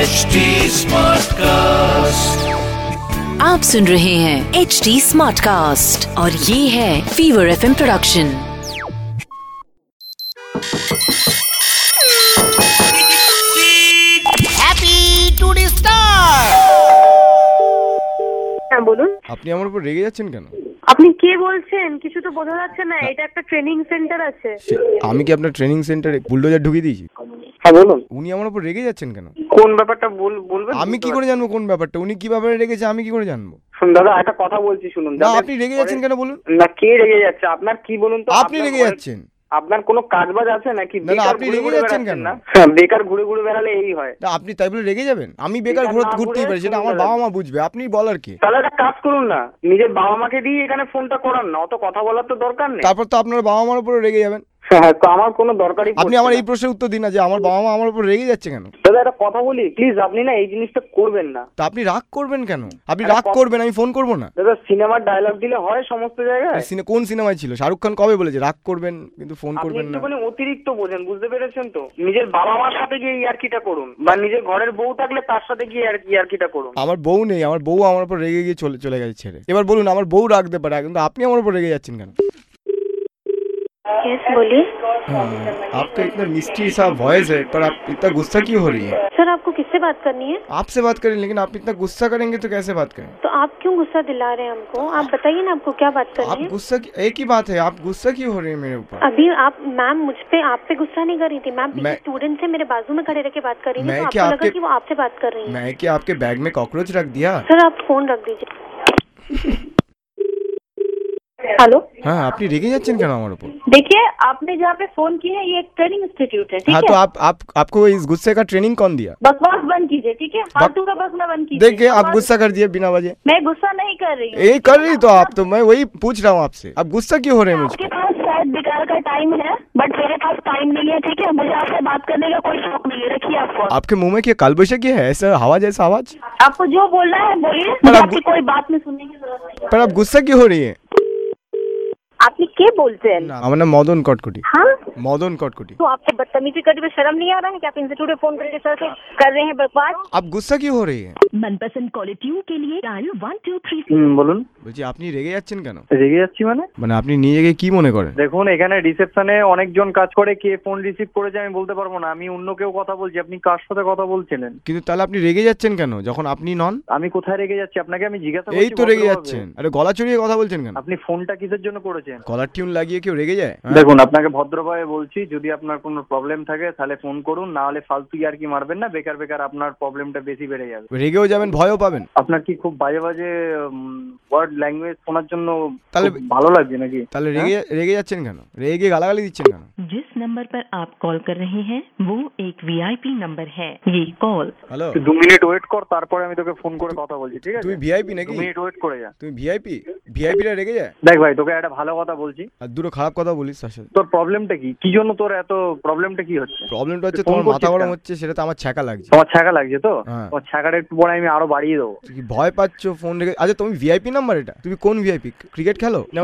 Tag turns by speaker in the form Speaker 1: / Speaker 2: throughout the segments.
Speaker 1: HD Smartcast.
Speaker 2: आप सुन रहे हैं एच डी स्मार्ट कास्ट और ये है fever F production
Speaker 3: Happy to the star!
Speaker 4: হ্যাঁ বলুন
Speaker 5: আপনি আমার উপর রেগে যাচ্ছেন কেন
Speaker 4: আপনি কে বলছেন কিছু তো বোঝা যাচ্ছে না এটা একটা ট্রেনিং সেন্টার আছে
Speaker 5: সে- আমি কি আপনার ট্রেনিং সেন্টারে বুলডোজার ঢুকিয়ে দিয়েছি
Speaker 6: হ্যাঁ বলুন
Speaker 5: উনি আমার উপর রেগে যাচ্ছেন কেন
Speaker 6: কোন ব্যাপারটা বল বলবেন
Speaker 5: আমি কি করে জানবো কোন ব্যাপারটা উনি কি ব্যাপারে রেগেছে আমি কি করে জানবো
Speaker 6: শুনুন দাদা একটা কথা বলছি শুনুন
Speaker 5: না
Speaker 6: যাদের
Speaker 5: আপনি রেগে যাচ্ছেন কেন বলুন
Speaker 6: না কে রেগে যাচ্ছে আপনার কি বলুন তো
Speaker 5: আপনি
Speaker 6: আপনার
Speaker 5: রেগে
Speaker 6: ঘরে-
Speaker 5: যাচ্ছেন
Speaker 6: আপনার কোনো কাজবাজ আছে নাকি
Speaker 5: না,
Speaker 6: বেকার
Speaker 5: আপনি
Speaker 6: ঘুরে
Speaker 5: রেগে
Speaker 6: ঘুরে
Speaker 5: যাচ্ছেন
Speaker 6: বেড়াচ্ছেন
Speaker 5: কেন?
Speaker 6: না হ্যাঁ, বেকার ঘুরে ঘুরে বেড়ালে এই হয়
Speaker 5: তা আপনি তাই বলে রেগে যাবেন আমি বেকার
Speaker 6: বেকার
Speaker 5: ঘুরে
Speaker 6: না
Speaker 5: ঘুরতেই
Speaker 6: ঘুরে
Speaker 5: পারি সেটা আমার
Speaker 6: ঘুরে
Speaker 5: বাবা মা বুঝবে আপনি বলার কি
Speaker 6: তাহলে একটা কাজ করুন না নিজের বাবা মাকে দিয়ে এখানে ফোনটা করান না অত কথা বলার তো দরকার নেই
Speaker 5: তারপর তো আপনার বাবা মার উপর রেগে যাবেন
Speaker 6: হ্যাঁ তো আমার কোনো দরকারই
Speaker 5: আপনি
Speaker 6: পড়ছে
Speaker 5: আমার
Speaker 6: না।
Speaker 5: এই প্রশ্নের উত্তর দিন না যে আমার বাবা মা আমার উপর রেগে যাচ্ছে কেন
Speaker 6: দাদা একটা কথা বলি প্লিজ আপনি না এই জিনিসটা করবেন না
Speaker 5: তা আপনি রাগ করবেন কেন আপনি
Speaker 6: আরে
Speaker 5: রাগ
Speaker 6: কত-
Speaker 5: করবেন আমি ফোন করবো না
Speaker 6: দাদা সিনেমার ডায়লগ দিলে হয় সমস্ত জায়গায়
Speaker 5: সিনে- কোন সিনেমায় ছিল শাহরুখ খান কবে বলেছে রাগ করবেন কিন্তু ফোন
Speaker 6: আপনি
Speaker 5: করবেন না
Speaker 6: একটুখানি অতিরিক্ত বোঝেন বুঝতে পেরেছেন তো নিজের বাবা মার সাথে গিয়ে ইয়ার্কিটা করুন বা নিজের ঘরের বউ থাকলে তার সাথে গিয়ে ইয়ার- ইয়ার্কিটা করুন
Speaker 5: আমার বউ নেই আমার বউ আমার উপর রেগে গিয়ে চলে চলে গেছে ছেড়ে এবার বলুন আমার বউ রাখতে পারে কিন্তু আপনি আমার উপর রেগে যাচ্ছেন কেন
Speaker 7: यस बोलिए
Speaker 5: आपका इतना मिस्टी सा वॉइस है पर आप इतना गुस्सा क्यों हो रही है
Speaker 7: सर आपको किससे बात करनी है
Speaker 5: आपसे बात करें लेकिन आप इतना गुस्सा करेंगे तो कैसे बात करें
Speaker 7: तो आप क्यों गुस्सा दिला रहे हैं हमको आप बताइए ना आपको क्या बात करनी
Speaker 5: आप
Speaker 7: है
Speaker 5: गुस्सा की- एक ही बात है आप गुस्सा क्यों हो रही है मेरे ऊपर
Speaker 7: अभी आप मैम मुझ पे आप पे गुस्सा नहीं कर रही थी मैम
Speaker 5: मैं-
Speaker 7: पीछे स्टूडेंट से मेरे बाजू में खड़े रह के बात कर रही
Speaker 5: मैं
Speaker 7: थी तो
Speaker 5: क्या
Speaker 7: आपको लगा
Speaker 5: आपके-
Speaker 7: कि वो आपसे बात कर रही है
Speaker 5: मैं क्या आपके बैग में कॉकरोच रख दिया
Speaker 7: सर आप फोन रख दीजिए हेलो
Speaker 5: हाँ आपने रेगे जाच्छेन क्या हमारे ऊपर
Speaker 8: देखिए आपने जहाँ पे फोन की है ये एक ट्रेनिंग इंस्टीट्यूट है ठीक
Speaker 5: हाँ तो
Speaker 8: है
Speaker 5: आप आप आपको इस गुस्से का ट्रेनिंग कौन दिया
Speaker 8: बकवास बंद कीजिए ठीक है
Speaker 5: बक-
Speaker 8: फालतू का बकना बंद कीजिए
Speaker 5: देखिए आप गुस्सा कर दिए बिना वजह
Speaker 8: मैं गुस्सा नहीं कर रही हूँ
Speaker 5: ये कर रही तो आप तो मैं वही पूछ रहा हूँ आपसे आप गुस्सा क्यों हो रहे हैं मुझ
Speaker 8: आपके पास शायद बेकार का टाइम है बट मेरे पास टाइम नहीं है ठीक है मुझे आपसे बात करने का कोई शौक नहीं है रखिए आप फोन
Speaker 5: आपके मुंह में क्या कालबैशाखी है ऐसा आवाज ऐसा आवाज
Speaker 8: आपको जो बोलना है बोलिए मुझे
Speaker 5: आप-
Speaker 8: आपकी कोई बात में सुनने की जरूरत नहीं
Speaker 5: पर आप गुस्सा क्यों हो रही है
Speaker 8: आपने क्या बोलते हैं
Speaker 5: আমার নাম মদন কটকটি
Speaker 8: हाँ
Speaker 5: মদন কটকটি
Speaker 8: तो आपसे बदतमीजी करने में शर्म नहीं आ रहा है कि आप इंस्टीट्यूट में फोन करके सर से कर रहे हैं बकवास
Speaker 5: আপ গুসা কি হো রহি হ্যায়
Speaker 3: मनपसंद कॉलर ट्यून के लिए डायल वन टू थ्री
Speaker 6: হুম, বলুন
Speaker 5: বলছি আপনি রেগে যাচ্ছেন কেন
Speaker 6: রেগে যাচ্ছি মানে
Speaker 5: মানে আপনি নিজেকে কি মনে করেন
Speaker 6: দেখুন এখানে রিসেপশনে অনেকজন কাজ করে কে ফোন রিসিভ করেছে আমি বলতে পারবো না আমি অন্য কেউ কথা বলছি আপনি কার সাথে কথা বলছিলেন
Speaker 5: কিন্তু তাহলে আপনি রেগে যাচ্ছেন কেন যখন আপনি নন
Speaker 6: আমি কোথায় রেগে যাচ্ছি আপনাকে আমি জিজ্ঞাসা
Speaker 5: এই
Speaker 6: করছি
Speaker 5: তো রেগে
Speaker 6: ভদ্রভাবে।
Speaker 5: যাচ্ছেন আরে গলা চড়িয়ে কথা বলছেন কেন
Speaker 6: আপনি ফোনটা কিসের জন্য করেছেন
Speaker 5: গলার টিউন লাগিয়ে কেউ রেগে যায় হ্যাঁ?
Speaker 6: দেখুন আপনাকে ভদ্রভাবে বলছি যদি আপনার কোনো প্রবলেম থাকে তাহলে ফোন করুন না হলে ফালতু আর কি মারবেন না বেকার বেকার আপনার প্রবলেমটা বেশি বেড়ে যাবে
Speaker 5: রেগেও যাবেন ভয়ও পাবেন
Speaker 6: আপনার কি খুব বাজে বাজে ওয়ার্ড ল্যাঙ্গুয়েজ শোনার জন্য
Speaker 5: তাহলে-
Speaker 6: খুব ভালো লাগছে নাকি
Speaker 5: তাহলে রেগে রেগে যাচ্ছেন কেন রেগে গালাগালি দিচ্ছেন কেন
Speaker 9: जिस नंबर पर आप कॉल कर रहे हैं वो एक वीआईपी नंबर है ये कॉल
Speaker 5: হ্যালো
Speaker 6: তুই দু মিনিট ওয়েট কর তারপরে আমি তোকে ফোন করে কথা বলছি ঠিক আছে
Speaker 5: তুমি ভিআইপি
Speaker 6: দু
Speaker 5: নাকি
Speaker 6: মিনিট ওয়েট করে যা
Speaker 5: তুমি ভিআইপি ভিআইপিরা রেগে যায়
Speaker 6: দেখ ভাই তোকে একটা ভালো কথা বলছি
Speaker 5: আর দুটো খারাপ কথা বলিস তার সাথে
Speaker 6: তোর প্রবলেমটা কি কি জন্য তোর এত প্রবলেমটা কি হচ্ছে
Speaker 5: প্রবলেমটা হচ্ছে
Speaker 6: তুই ফোন
Speaker 5: তোমার মাথা
Speaker 6: করছিস
Speaker 5: গরম
Speaker 6: কেন?
Speaker 5: হচ্ছে সেটা তো আমার ছ্যাকা লাগছে
Speaker 6: তোমার ছাকা লাগছে তো
Speaker 5: হ্যাঁ।
Speaker 6: তোমার ছাকাটা একটু পরে আমি আরো বাড়িয়ে দেবো
Speaker 5: তুই কি ভয় পাচ্ছ ফোন রেখে আচ্ছা তুমি ভিআইপি নাম্বার এটা তুমি কোন ভিআইপি ক্রিকেট খেলো না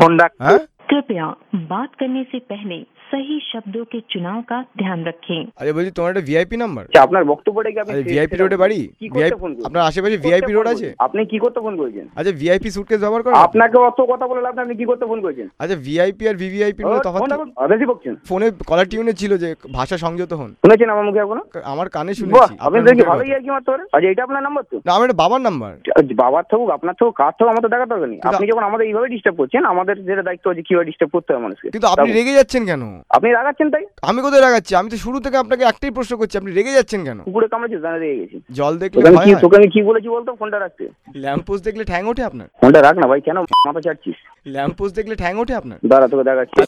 Speaker 6: ফোন রাখ
Speaker 5: হ্যাঁ
Speaker 9: कृपया बात करने से पहले सही शब्दों के चुनाव का ध्यान रखें
Speaker 5: আচ্ছা বলছি তোমার একটা ভিআইপি নাম্বার
Speaker 6: আচ্ছা, আপনার বক্তব্যটা কি আপনি
Speaker 5: আরে
Speaker 6: শেষ-
Speaker 5: ভিআইপি রোডে বাড়ি
Speaker 6: কি করতে
Speaker 5: ভিআইপি
Speaker 6: ফোন করছেন?
Speaker 5: আপনার আশেপাশে
Speaker 6: কি করতে
Speaker 5: ভিআইপি
Speaker 6: ফোন
Speaker 5: রোড আছে
Speaker 6: করছেন? আপনি কি করতে ফোন করেছেন
Speaker 5: আচ্ছা ভিআইপি সুটকেস ব্যবহার করেন
Speaker 6: আপনাকে অত কথা বলে লাভ নেই, আপনি কি করতে ফোন করেছেন
Speaker 5: আচ্ছা ভিআইপি আর ভিভিআইপি এর মধ্যে তফাৎ
Speaker 6: ফোন
Speaker 5: কি?
Speaker 6: এখন আদেশই বকছেন
Speaker 5: ফোনে কলার টিউনে ছিল যে ভাষা সংযত হন
Speaker 6: শুনেছেন আমার মুখে এখনো
Speaker 5: আমার কানে
Speaker 6: বাহ,
Speaker 5: শুনেছি
Speaker 6: আপনি
Speaker 5: আপনার
Speaker 6: দেখি
Speaker 5: মুখের
Speaker 6: ভালোই
Speaker 5: কথা।
Speaker 6: আর কি মারতে পারেন আচ্ছা এটা আপনার নাম্বার তো
Speaker 5: না আমার এটা বাবার নাম্বার
Speaker 6: আচ্ছা, বাবার থাকুক আপনার থাকুক কার থাকুক আমার তো দেখা দরকার নেই
Speaker 5: কিন্তু-
Speaker 6: আপনি যখন আমাদের এইভাবে ডিস্টার্ব করছেন আমাদের যেটা দায়িত্ব আছে কিভাবে ডিস্টার্ব করতে হয় মানুষকে
Speaker 5: কিন্তু আপনি
Speaker 6: তা-
Speaker 5: রেগে যাচ্ছেন কেন
Speaker 6: আপনি রাগাচ্ছেন তাই
Speaker 5: আমি কোথায় রাগাচ্ছি আমি তো শুরু থেকে আপনাকে একটাই প্রশ্ন করছি আপনি রেগে যাচ্ছেন কেন
Speaker 6: কুকুরে কামড়েছে জানা রেগে গেছি
Speaker 5: জল দেখলে
Speaker 6: তোকে আমি
Speaker 5: ভয়
Speaker 6: কি
Speaker 5: হয়
Speaker 6: তোকে আমি কি বলেছি বলতো ফোনটা রাখতে
Speaker 5: ল্যাম্পপোস্ট দেখলে ঠ্যাং ওঠে আপনার
Speaker 6: ফোনটা রাখ না ভাই কেন মাথা চাটছিস
Speaker 5: ল্যাম্পপোস্ট দেখলে ঠ্যাং ওঠে আপনার
Speaker 6: দাঁড়া তোকে দেখাচ্ছি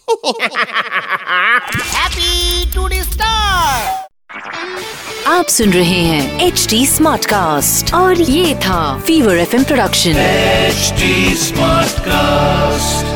Speaker 3: Happy to the star!
Speaker 2: आप सुन रहे हैं एच डी स्मार्ट कास्ट और ये था fever F production
Speaker 1: HD Smartcast.